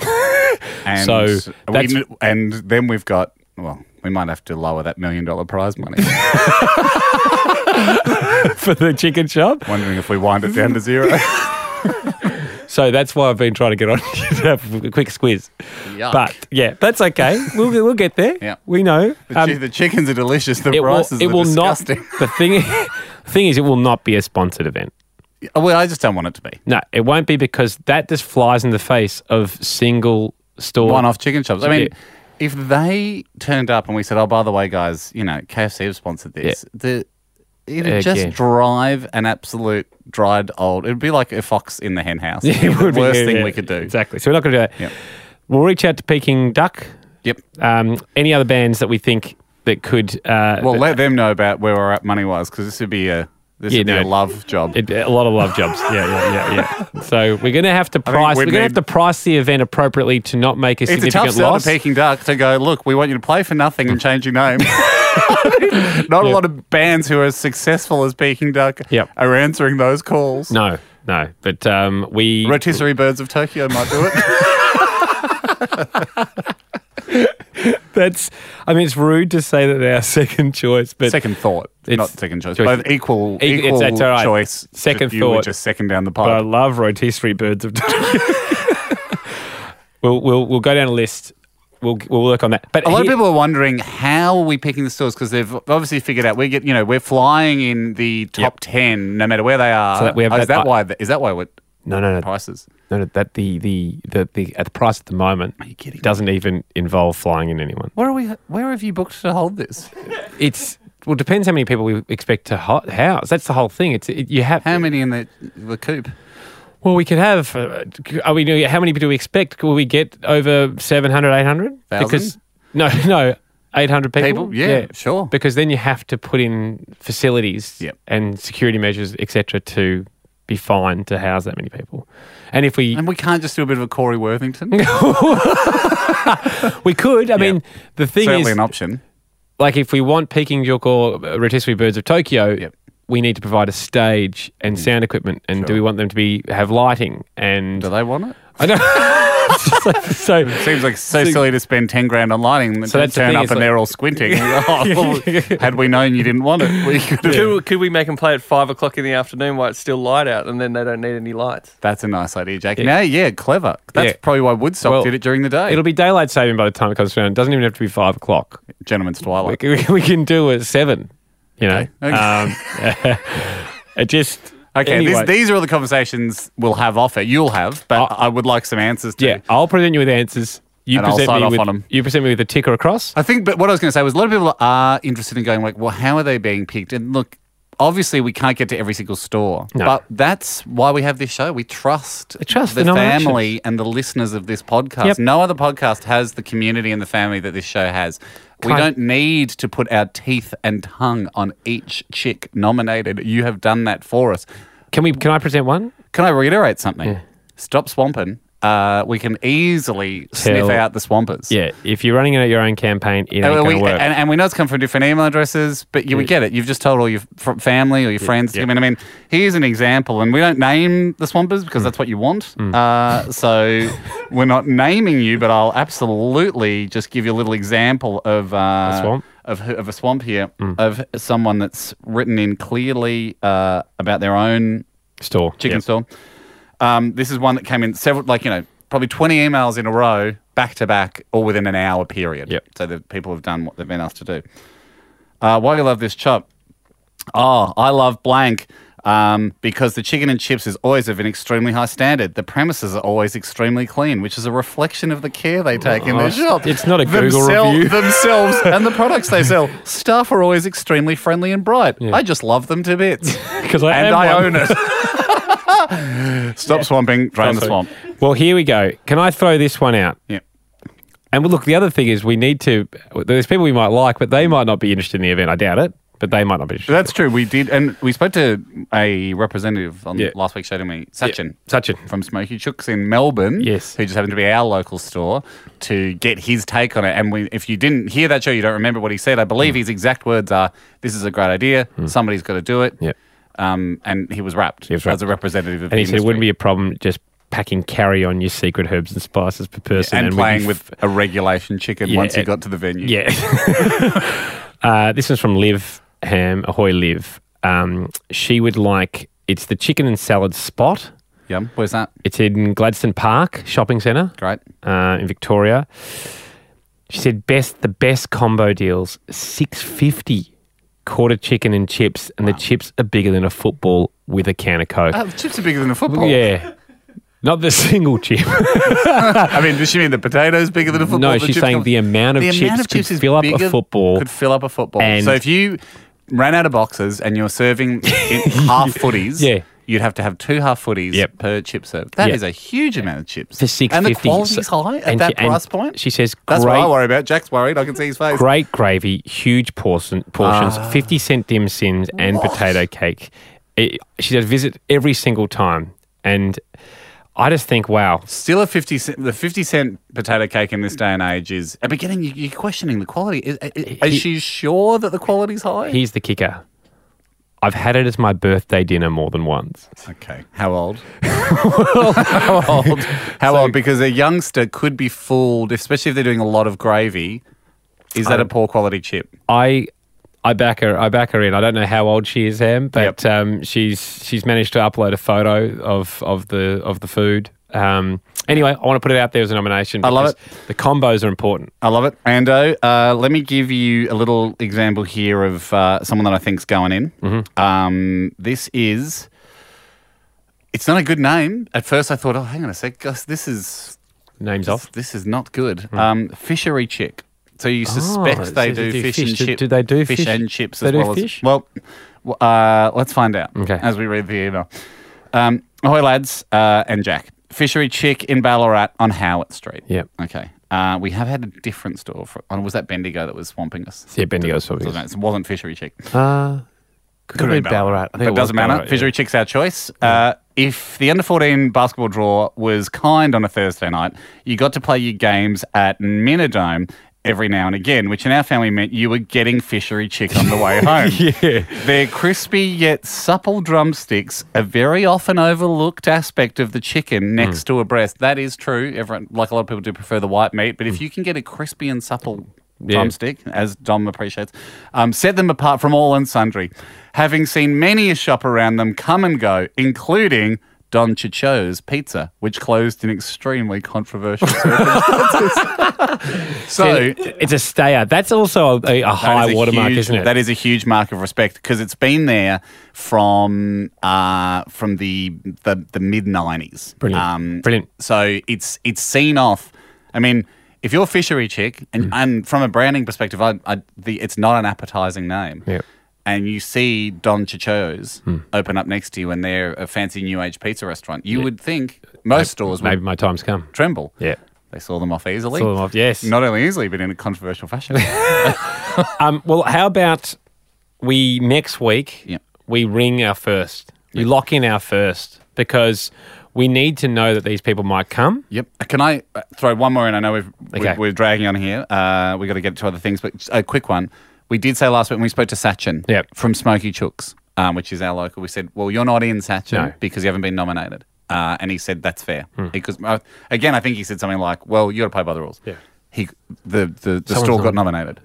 And
So
we,
that's-
kn- and then we've got well, we might have to lower that million dollar prize money.
for the chicken shop.
Wondering if we wind it down to zero.
So that's why I've been trying to get on to have a quick squiz.
Yuck.
But yeah, that's okay. We'll we'll get there.
Yeah.
We know.
The, chi- the chickens are delicious. The
Um, it will,
prices
it
are
will not.
disgusting.
The thing, thing is, it will not be a sponsored event.
well, I just don't want it to be
No, it won't be because that just flies in the face of single store
one-off chicken shops. I mean,
Yeah.
if they turned up and we said, "Oh, by the way, guys, you know, KFC have sponsored this," the it'd
Heck
just
yeah.
drive an absolute dried old. It'd be like a fox in the hen house.
Yeah, it would
the
be-
worst
yeah,
thing
yeah,
we could do.
Exactly. So we're not going to do that.
Yep.
We'll reach out to Peking Duck.
Yep.
Um, any other bands that we think that could? Uh,
Well, let them know about where we're at money-wise because this would be a this
Yeah,
would be
no.
a love job.
It, a lot of love jobs. Yeah, yeah, yeah, yeah. So we're going to have to
think
price. We're
we'd
going to have
need-
to price the event appropriately to not make a
it's a tough
significant
sell
loss.
to Peking Duck to go, look, we want you to play for nothing and change your name. Not a lot of bands who are as successful as Peking Duck
Yep.
are answering those calls.
No, no. But um, we
Rotisserie Birds of Tokyo might do it.
that's. I mean, it's rude to say that they're our second choice, but
second thought,
It's-
not second choice.
choice.
Both equal,
E- it's-
equal
it's all right.
choice.
Second
you were
thought.
just second down the
but I
pipe.
love rotisserie birds of. we'll we'll we'll go down a list. We'll we'll work on that. But
A lot of
here-
people are wondering how are we picking the stores because they've obviously figured out we get you know we're flying in the top ten no matter where they are.
So that we have
Oh, is
that-
that
I-
why? the- Is that why we're
No, no, no.
prices?
No, no, that the the, the the at the price at the moment doesn't even involve flying in anyone.
Where are we? Where have you booked to hold this?
It's well, it depends how many people we expect to ho- house. That's the whole thing. It's it, you have
How many in the the coop?
well, we could have. Uh, are we doing- how many do we expect? Will we get over 700, 800?
Thousand?
Because no, no. 800 people?
People? Yeah, sure.
Because then you have to put in facilities
Yep.
and security measures, etc., to be fine to house that many people. And if we
And we can't just do a bit of a Corey Worthington. Certainly
we could, I mean, the thing is
an option.
like if we want Peking Duck or uh, Rotisserie Birds of Tokyo,
Yep. Mm.
we need to provide a stage and sound equipment, and do we want them to be have lighting? And
Do they want it?
I know. so, so
Seems like so silly to spend ten grand on lighting and
So
so
that's the
turn
thing,
up
it's
and
like-
they're all squinting. Oh, well, had we known you didn't want it, we could have.
Could, could we make them play at five o'clock in the afternoon while it's still light out, and then they don't need any lights?
That's a nice idea, Jack. No, yeah, clever. That's
Yeah.
probably why Woodstock
Well,
did it during the day.
it'll be daylight saving by the time it comes around. It doesn't even have to be five o'clock.
gentleman's
We,
twilight.
can- we can do it at seven. You know,
Okay.
Um, it just
Okay,
anyway. Uh,
this, these are all the conversations we'll have off it. You'll have, but I would like some answers to.
Yeah, I'll present you with answers. You
And I'll
present
sign
me
off
with
on 'em.
you present me with a tick or a cross.
I think, but what I was going to say was a lot of people are interested in going like, well, how are they being picked? And look, obviously we can't get to every single store,
No.
but that's why we have this show. We trust,
trust
the,
the nominations.
family and the listeners of this podcast.
Yep.
No other podcast has the community and the family that this show has. We
Kind-
don't need to put our teeth and tongue on each chick nominated. You have done that for us.
Can we? Can I present one?
Can I reiterate something? Stop swamping. Uh, we can easily
Tell-
sniff out the swampers.
Yeah, if you're running out your own campaign, it ain't
And
gonna
we,
work.
and, and we know it's come from different email addresses, but you would get it. You've just told all your fr- family or your friends. I mean, I mean, here's an example, and we don't name the Swampers
Mm.
because that's what you want. Uh, so we're not naming you, but I'll absolutely just give you a little example of uh,
swamp? Mm.
of who- of a swamp here of someone that's written in clearly uh, about their own
Store
chicken
Yep.
store. Um, this is one that came in several, like you know, probably twenty emails in a row, back to back, all within an hour period.
Yep.
So the people have done what they've been asked to do. Uh, why do you love this chop? Oh, I love blank. Um, because the chicken and chips is always of an extremely high standard. The premises are always extremely clean, which is a reflection of the care they take in their shop.
Oh, it's not a Google review.
Themselves and the products they sell. Staff are always extremely friendly and bright. I just love them to bits.
'Cause I
and
am
I
one.
own it. Stop swamping, drain the swamp.
Well, here we go. Can I throw this one out?
Yeah.
And well, look, the other thing is we need to. There's people we might like, but they might not be interested in the event. I doubt it, but they might not be interested.
That's true. We did, and we spoke to a representative on
Yeah.
last week's show, didn't we? Sachin.
Sachin.
From Smoky Chooks in Melbourne.
Yes.
Who just happened to be our local store to get his take on it. And we, if you didn't hear that show, you don't remember what he said. I
Mm.
believe his exact words are this is a great idea. Somebody's got to do it.
Yep.
Um, and he was wrapped,
Mm. was wrapped.
as a representative of
And
the
he said it wouldn't be
industry.
a problem just packing carry on your secret herbs and spices per person
and
we can
playing with a regulation chicken
Yeah,
once he
it-
got to the venue.
Yeah. uh, this is from Liv Ham. Ahoy, Liv. Um, she would like it's the chicken and salad spot.
Yum. Where's that?
It's in Gladstone Park Shopping Centre
Great.
uh, in Victoria. She said best the best combo deals six fifty quarter chicken and chips, and the chips are bigger than a football with a can of coke.
Oh, the chips are bigger than a football.
yeah. Not the single chip.
I mean, does she mean the potatoes bigger than a football?
no,
The
she's
chips
saying
come-
the amount of
the
chips
amount of
could
chips is
fill up
bigger-
a football.
could fill up a football.
And-
so if you ran out of boxes and you're serving in half footies,
Yeah.
you'd have to have two half footies
Yep.
per chip serve. That
Yeah.
is a huge amount of chips.
for six
and
fifty.
the quality's high at that price point.
She says,
That's
great,
what I worry about. Jack's worried. I can see his face.
great gravy, huge portion, portions, fifty cent dim sims, and potato cake." It, she said, "Visit every single time," and I just think, "Wow,
Still a fifty cent. The fifty cent potato cake in this day and age is at beginning. You, you're questioning the quality. Is, is, is
He-
she sure that the quality's high?
here's the kicker." I've had it as my birthday dinner more than once.
Okay. How old? how old? How old? Because a youngster could be fooled, especially if they're doing a lot of gravy. Is that a poor quality chip?
I I back her I back her in. I don't know how old she is, Em, but
Yep.
um, she's she's managed to upload a photo of, of the of the food. Um, anyway, I want to put it out there as a nomination.
I love
because The combos are important.
I love it. Ando, uh, let me give you a little example here of uh, someone that I think's going in. Um, this is. It's not a good name. At first, I thought, oh, hang on a sec, Gus, this is
Names
this,
off.
this is not good. Um, fishery chick. So you suspect
Oh, Hmm.
they
so they
do,
do
fish,
fish.
and
Do-
chips.
do they do
fish,
fish?
and chips
They
as
do
well
fish?
as well? w- Uh, let's find out.
Okay.
As we read the email. Um, Ahoy, lads uh, and Jack. Fishery chick in Ballarat on Howard Street.
Yep.
Okay. Uh, we have had a different store. For, oh, was that Bendigo that was swamping us?
Yeah, Bendigo's probably.
So no, It wasn't Fishery Chick.
Uh, could,
Could
have
have
been
been Ballarat.
Ballarat. I think
But
it
it
was
doesn't matter.
Ballarat, yeah.
Fishery Chick's our choice. Uh, if the under 14 basketball draw was kind on a Thursday night, you got to play your games at Minidome every now and again, which in our family meant you were getting fishery chick on the way home. yeah. Their crispy yet supple drumsticks, a very often overlooked aspect of the
Hmm.
chicken next to a breast. That is true. Everyone, like a lot of people do prefer the white meat, but if
Hmm.
you can get a crispy and supple drumstick, as Dom appreciates, um, set them apart from all and sundry. Having seen many a shop around them come and go, including Don Chicho's Pizza, which closed in extremely controversial circumstances. so
it's a stayer. That's also a, a
that
high
is a
watermark,
huge-
isn't it?
That is a huge mark of respect because it's been there from uh, from the the, the mid nineties.
Brilliant. Brilliant.
So it's it's seen off. I mean, if you're fishery chick, and,
Mm.
and from a branding perspective, I, I, the, it's not an appetizing name.
Yep.
And you see Don Chicho's
Hmm.
open up next to you, and they're a fancy new age pizza restaurant. You would think most stores
Maybe
would
my time's come.
tremble.
Yeah.
They saw them off easily.
Saw them off- yes.
Not only easily, but in a controversial fashion.
Um, well, how about we next week
Yep.
we ring our first, we lock in our first because we need to know that these people might come.
Yep. Can I uh, throw one more in? I know we've,
Okay.
we're, we're dragging on here. Uh, we've got to get to other things, but a quick one. We did say last week when we spoke to Sachin
Yep.
from Smoky Chooks, um, which is our local, we said, well, you're not in Sachin
No. Hmm.
because you haven't been nominated. Uh, and he said, that's fair. Because, uh, again, I think he said something like, well, you got to play by the rules.
Yeah.
He, the the, the stall got nominated.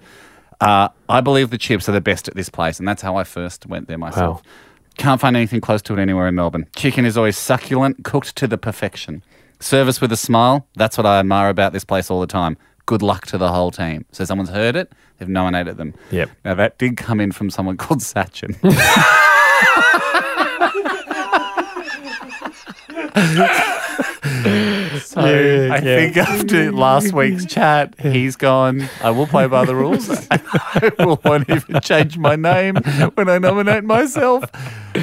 Uh, I believe the chips are the best at this place, and that's how I first went there myself.
Wow.
Can't find anything close to it anywhere in Melbourne. Chicken is always succulent, cooked to the perfection. Service with a smile, that's what I admire about this place all the time. Good luck to the whole team. So someone's heard it, they've nominated them.
Yep.
Now that did come in from someone called Sachin. so I think after last week's chat, he's gone, I will play by the rules. I will not even change my name when I nominate myself.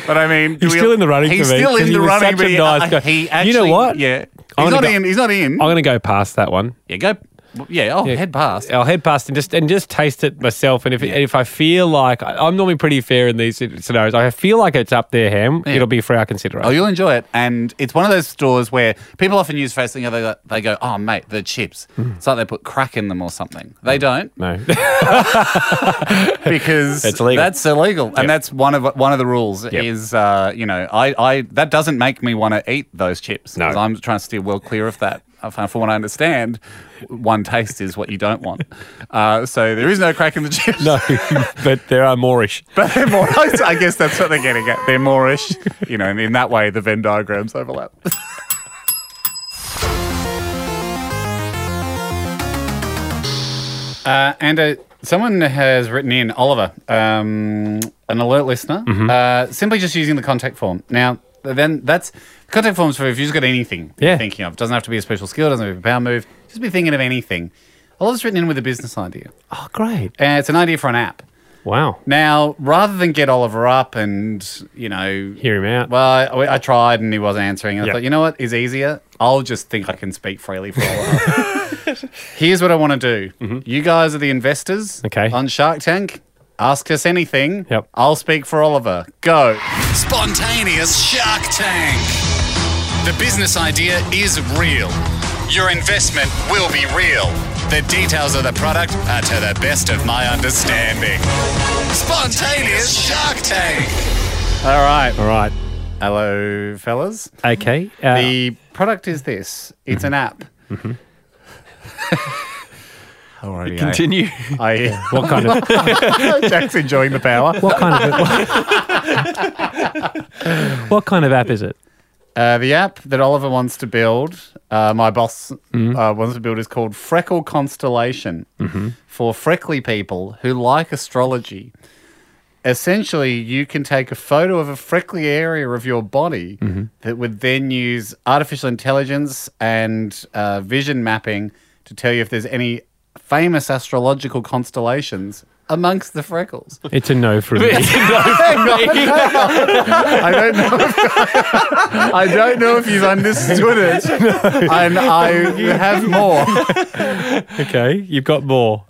But I mean, do
He's
we-
still in the running
He's
for me,
still
'cause
in
he
the
was
running,
such
but
a
he,
nice
uh,
guy.
he actually,
You know what?
Yeah,
I'm
he's not
gonna go-
in. He's not in.
I'm going to go past that one.
yeah, go. Yeah, I'll head past.
I'll head past and just and just taste it myself. And if and if I feel like I- I'm normally pretty fair in these scenarios, I feel like it's up there, Ham. It'll be for our
Oh,
consideration.
you'll enjoy it. And it's one of those stores where people often use first thing they go, they go oh, mate, the chips.
Hmm.
It's like they put crack in them or something. They don't
no,
because
It's illegal.
that's illegal. And that's one of one of the rules is, uh, you know, I, I that doesn't make me want to eat those chips.
No.
'cause I'm trying to steer well clear of that. Uh, From what I understand, one taste is what you don't want. Uh, so there is no crack in the chips.
no, but there are Moorish.
But they're more, I guess that's what they're getting at. They're Moorish. You know, and in that way, the Venn diagrams overlap. Uh, and uh, someone has written in, Oliver, um, an alert listener, uh, simply just using the contact form. Now, then that's contact forms for if you've got anything
Yeah.
you're thinking of. Doesn't have to be a special skill, doesn't have to be a power move. Just be thinking of anything. Oliver's written in with a business idea.
Oh, great!
And it's an idea for an app.
Wow,
Now, rather than get Oliver up and, you know,
hear him out.
well, I, I tried and he wasn't answering. And
Yeah.
I thought, you know what is easier? I'll just think I can speak freely for a while. Here's what I want to do. You guys are the investors
Mm-hmm. Okay.
on Shark Tank. Ask us anything.
Yep.
I'll speak for Oliver. Go.
Spontaneous Shark Tank.
The business idea is real. Your investment will be real. The details of the product are to the best of my understanding. Spontaneous Shark Tank.
All right.
All right,
Hello, fellas.
okay. Uh,
The product is this it's an app. Mm-hmm. Alrighty,
Continue.
I, I,
what kind of
Jack's enjoying the power.
what kind of what, kind of app is it?
Uh, the app that Oliver wants to build, uh, my boss uh, wants to build, is called Freckle Constellation for freckly people who like astrology. Essentially, you can take a photo of a freckly area of your body that would then use artificial intelligence and uh, vision mapping to tell you if there's any famous astrological constellations amongst the freckles.
It's a no from me.
I don't know. If, I don't know if you've understood it, and I have more.
okay, you've got more.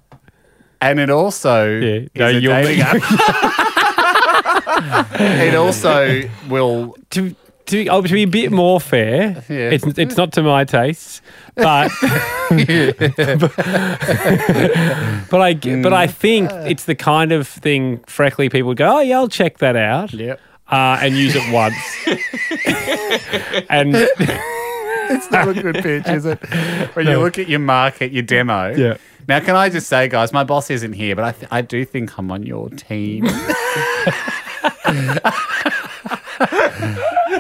And it also
Yeah,
is
no,
a
you're-
dating app. it also will
To, to, oh, to be a bit more fair,
Yeah.
it's it's not to my tastes, but but I g- but I think it's the kind of thing freckly people would go, oh yeah, I'll check that out,
Yep.
uh, and use it once, and
It's not a good pitch, is it? When you look at your market, your demo.
Yeah.
Now, can I just say, guys, my boss isn't here, but I, th- I do think I'm on your team.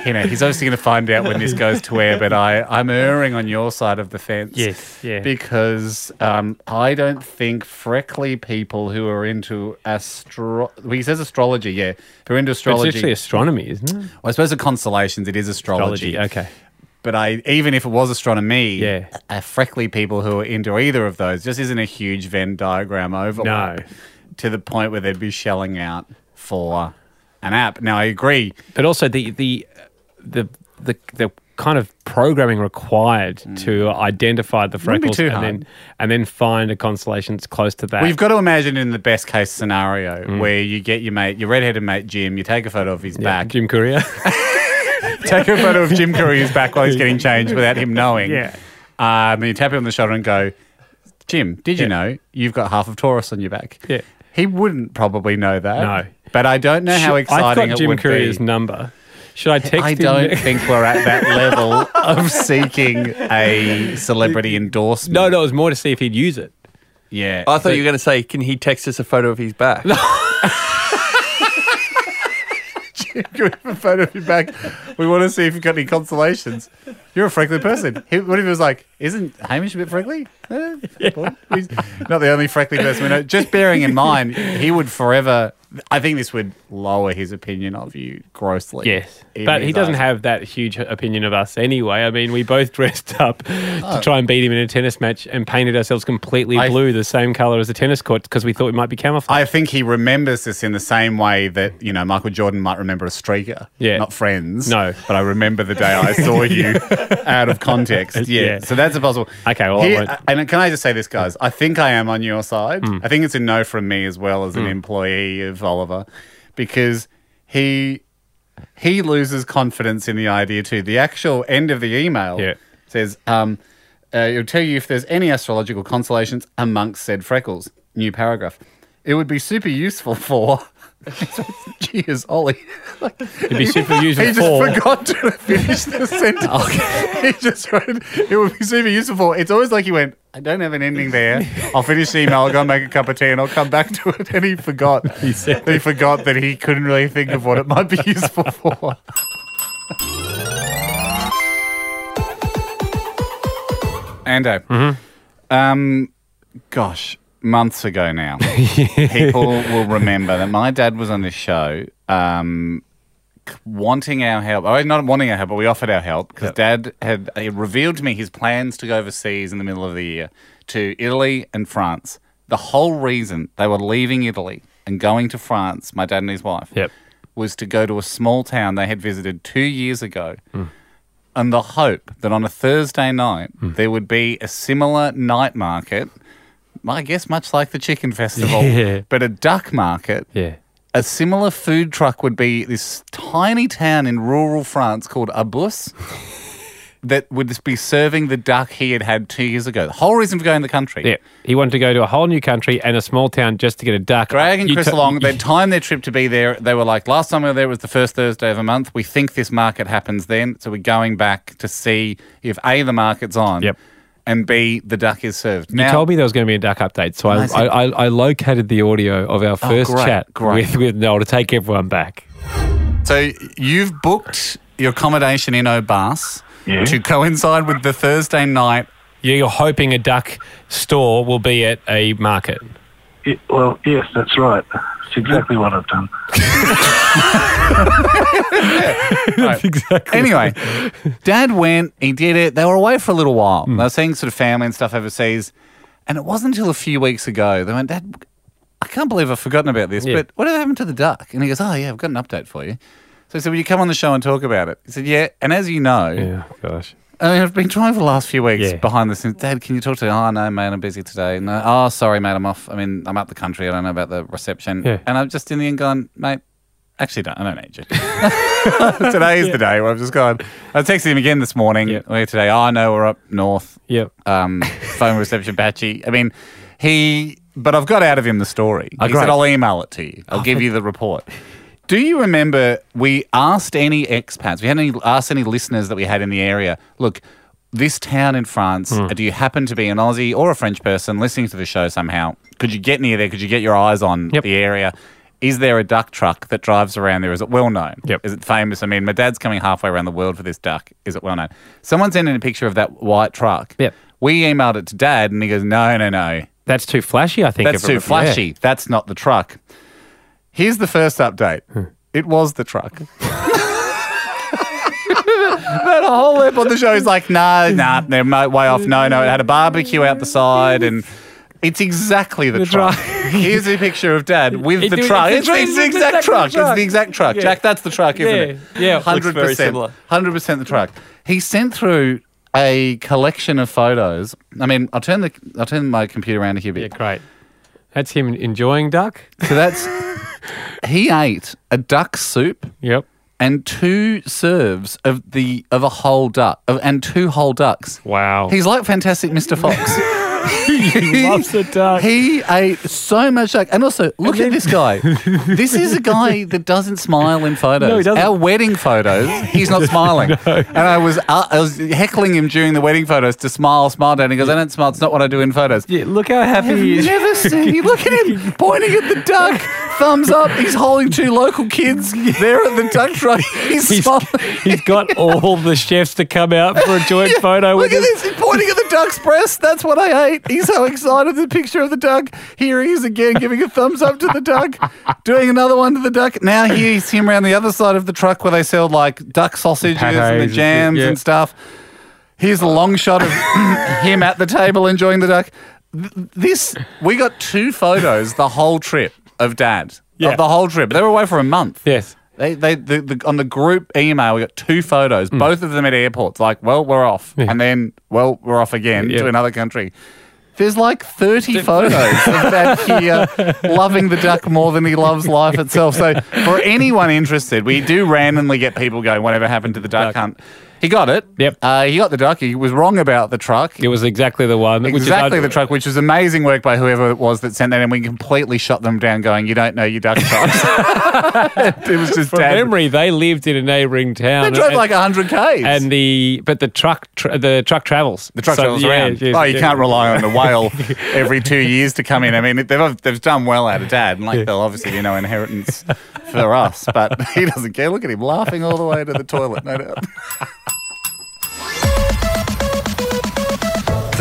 you know, he's obviously going to find out when this goes to air, but I, I'm erring on your side of the fence.
Yes, yeah.
Because um, I don't think freckly people who are into astro... Well, he says astrology, yeah. Who are into
it's
astrology...
literally astronomy, isn't it?
Well, I suppose the constellations, it is astrology.
Astrology, okay.
But I, even if it was astronomy,
Yeah.
uh, freckly people who are into either of those just isn't a huge Venn diagram overlap
No.
to the point where they'd be shelling out for an app. Now, I agree.
but also the the the the, the kind of programming required to identify the
Hmm. Wouldn't be
freckles
too
and
hard.
then and then find a constellation that's close to that.
We've got to imagine in the best case scenario where you get your mate, your redheaded mate Jim, you take a photo of his
Mm. Yeah,
back,
Jim Courier.
take a photo of Jim Curry's back while he's getting changed without him knowing. Yeah. Um, and you tap him on the shoulder and go, Jim, did you know you've got half of Taurus on your back?
Yeah.
He wouldn't probably know that.
No.
But I don't know how
Should- I've
exciting
got
it
Jim
would
Courier's
be.
number. Should I text
I
him?
don't
next-
think we're at that level of seeking a celebrity endorsement.
No, no, it was more to see if he'd use it.
Yeah.
I thought you were going to say, can he text us a photo of his back?
Give him a photo of your back. We want to see if you've got any consolations. You're a Franklin person. He, what if he was like, isn't Hamish a bit Franklin? Eh, well, he's not the only Franklin person we know. Just bearing in mind, he would forever. I think this would lower his opinion of you grossly.
Yes.
In
But he
his
doesn't
eyes.
have that huge opinion of us anyway. I mean, we both dressed up to try and beat him in a tennis match and painted ourselves completely
Oh. I-
blue, the same color as the tennis court, because we thought we might be camouflaged.
I think he remembers this in the same way that you know Michael Jordan might remember a streaker.
Yeah.
not friends.
No.
but I remember the day I saw you out of context. Yeah,
Yeah.
so that's impossible.
Okay, well, I won't. Hmm.
and can I just say this, guys? I think I am on your side. I think it's a no from me as well as an employee of Oliver, because he he loses confidence in the idea too. The actual end of the email
Yeah.
says, um, uh, it'll tell you if there's any astrological constellations amongst said freckles. New paragraph. It would be super useful for. Cheers, Ollie. Like,
It'd be super useful
he just
for-
forgot to finish the sentence. He just wrote, it would be super useful for. It's always like he went, I don't have an ending there. I'll finish the email, I'll go and make a cup of tea, and I'll come back to it. And he forgot. He,
said-
he forgot that he couldn't really think of what it might be useful for. Ando.
Mm-hmm.
Um, gosh, months ago now, people will remember that my dad was on this show um, c- wanting our help. Oh, not wanting our help, but we offered our help because dad had he revealed to me his plans to go overseas in the middle of the year to Italy and France. The whole reason they were leaving Italy and going to France, my dad and his wife,
Yep.
was to go to a small town they had visited two years ago and the hope that on a Thursday night
Hmm.
there would be a similar night market, I guess much like the chicken festival,
Yeah.
but a duck market.
yeah.
A similar food truck would be this tiny town in rural France called Abus that would just be serving the duck he had had two years ago. The whole reason for going to the country.
Yeah. He wanted to go to a whole new country and a small town just to get a duck.
Greg and
You
Chris
t-
along, they timed their trip to be there. They were like, last time we were there was the first Thursday of a month. We think this market happens then. So we're going back to see if A, the market's on,
Yep.
and B, the duck is served.
You told me there was going to be a duck update, so I,
I said-
I, I, I located the audio of our first
Oh, great,
chat
great.
with with Noel to take everyone back.
So you've booked your accommodation in Obas to coincide with the Thursday night.
You're hoping a duck store will be at a market.
It, well, yes, that's right. It's exactly what I've done.
exactly.
Anyway, Dad went, he did it. They were away for a little while.
Hmm.
They were seeing sort of family and stuff overseas. And it wasn't until a few weeks ago they went, Dad, I can't believe I've forgotten about this,
Yeah.
but what happened to the duck? And he goes, Oh, yeah, I've got an update for you. So he said, Will you come on the show and talk about it? He said, Yeah. And as you know,
Yeah, gosh.
I mean, Uh, I've been trying for the last few weeks
Yeah.
behind the scenes. Dad, can you talk to me? Oh, no, man, I'm busy today. No, oh, sorry, mate, I'm off. I mean, I'm up the country. I don't know about the reception.
Yeah.
And I've just in the end gone, mate,
Actually, don't, I don't need you.
Today's the day where I've just gone. I texted him again this morning
Yeah.
later today. Oh no, we're up north.
Yep.
Um, phone reception patchy. I mean, he. But I've got out of him the story. he
Oh, great.
said, "I'll email it to you. I'll give you the report." Do you remember we asked any expats? We had any asked any listeners that we had in the area. Look, this town in France.
Hmm.
Do you happen to be an Aussie or a French person listening to the show somehow? Could you get near there? Could you get your eyes on
Yep.
the area? Is there a duck truck that drives around there? Is it well known?
Yep.
Is it famous? I mean, my dad's coming halfway around the world for this duck. Is it well known? Someone sent in a picture of that white truck.
Yep.
We emailed it to dad and he goes, no, no, no.
That's too flashy, I think.
That's
of a-
too flashy.
yeah.
That's not the truck. Here's the first update. It was the truck. that whole app on the show is like, no, nah, they're mo- way off. No, no, it had a barbecue out the side and. It's exactly the, truck.
truck.
Here's a picture of Dad with
It
the
do-
truck.
it's
It's,
the
it's the
truck.
exact
It's
truck.
exactly the
It's the exact truck.
Yeah.
Jack, that's the truck, isn't it?
Yeah. Yeah.
hundred
very
percent,
similar.
hundred percent the truck. He sent through a collection of photos. I mean, I'll turn the I'll turn my computer around here a bit.
Yeah, great. That's him enjoying duck.
So that's he ate a duck soup
Yep.
and two serves of the of a whole duck of, and two whole ducks.
Wow.
He's like fantastic Mr. Fox. he
loves a duck.
He ate so much duck. And also, look at this guy. this is a guy that doesn't smile in photos.
No, he doesn't.
Our wedding photos, he's not smiling. And I was uh, I was heckling him during the wedding photos to smile, smile, down. He goes, I don't smile. It's not what I do in photos.
Yeah, look how happy
Have
he
you
is.
never seen? Look at him pointing at the duck. Thumbs up. He's holding two local kids there at the duck truck. He's,
He's,
smiling.
he's got all the chefs to come out for a joint
Yeah,
photo
Look
with
at
us.
this. He's pointing at the duck's breast. That's what I ate. He's so excited. The picture of the duck. Here he is again, giving a thumbs up to the duck, doing another one to the duck. Now here's him around the other side of the truck where they sell like duck sausages and
Pâtés
the
and shit,
jams
yeah.
and stuff. Here's a long shot of him at the table enjoying the duck. Th- This we got two photos the whole trip of Dad.
Yeah.
Of the whole trip. They were away for a month.
Yes.
They, they, the, the, on the group email, we got two photos,
Hmm.
both of them at airports. Like, well, we're off, and then, well, we're off again
Yeah.
to another country. There's like 30 photos of Dad here loving the duck more than he loves life itself. So, for anyone interested, we do randomly get people going, whatever happened to the duck,
Duck.
hunt? He got it.
Yep.
Uh, he got the duck. He was wrong about the truck.
It was exactly the one. which is
Exactly
un-
the truck, which was amazing work by whoever it was that sent that, and we completely shut them down, going, "You don't know your duck trucks." it was just
From
dad
memory, they lived in a neighbouring town.
they drove
and,
like hundred k's.
and the but the truck tra- the truck travels.
the truck
So,
travels
yeah,
around.
yeah,
oh, you
yeah.
can't rely on the whale every two years to come in. I mean, they've they've done well out of dad, and like they'll obviously you know inheritance for us, but he doesn't care. Look at him laughing all the way to the toilet, no doubt.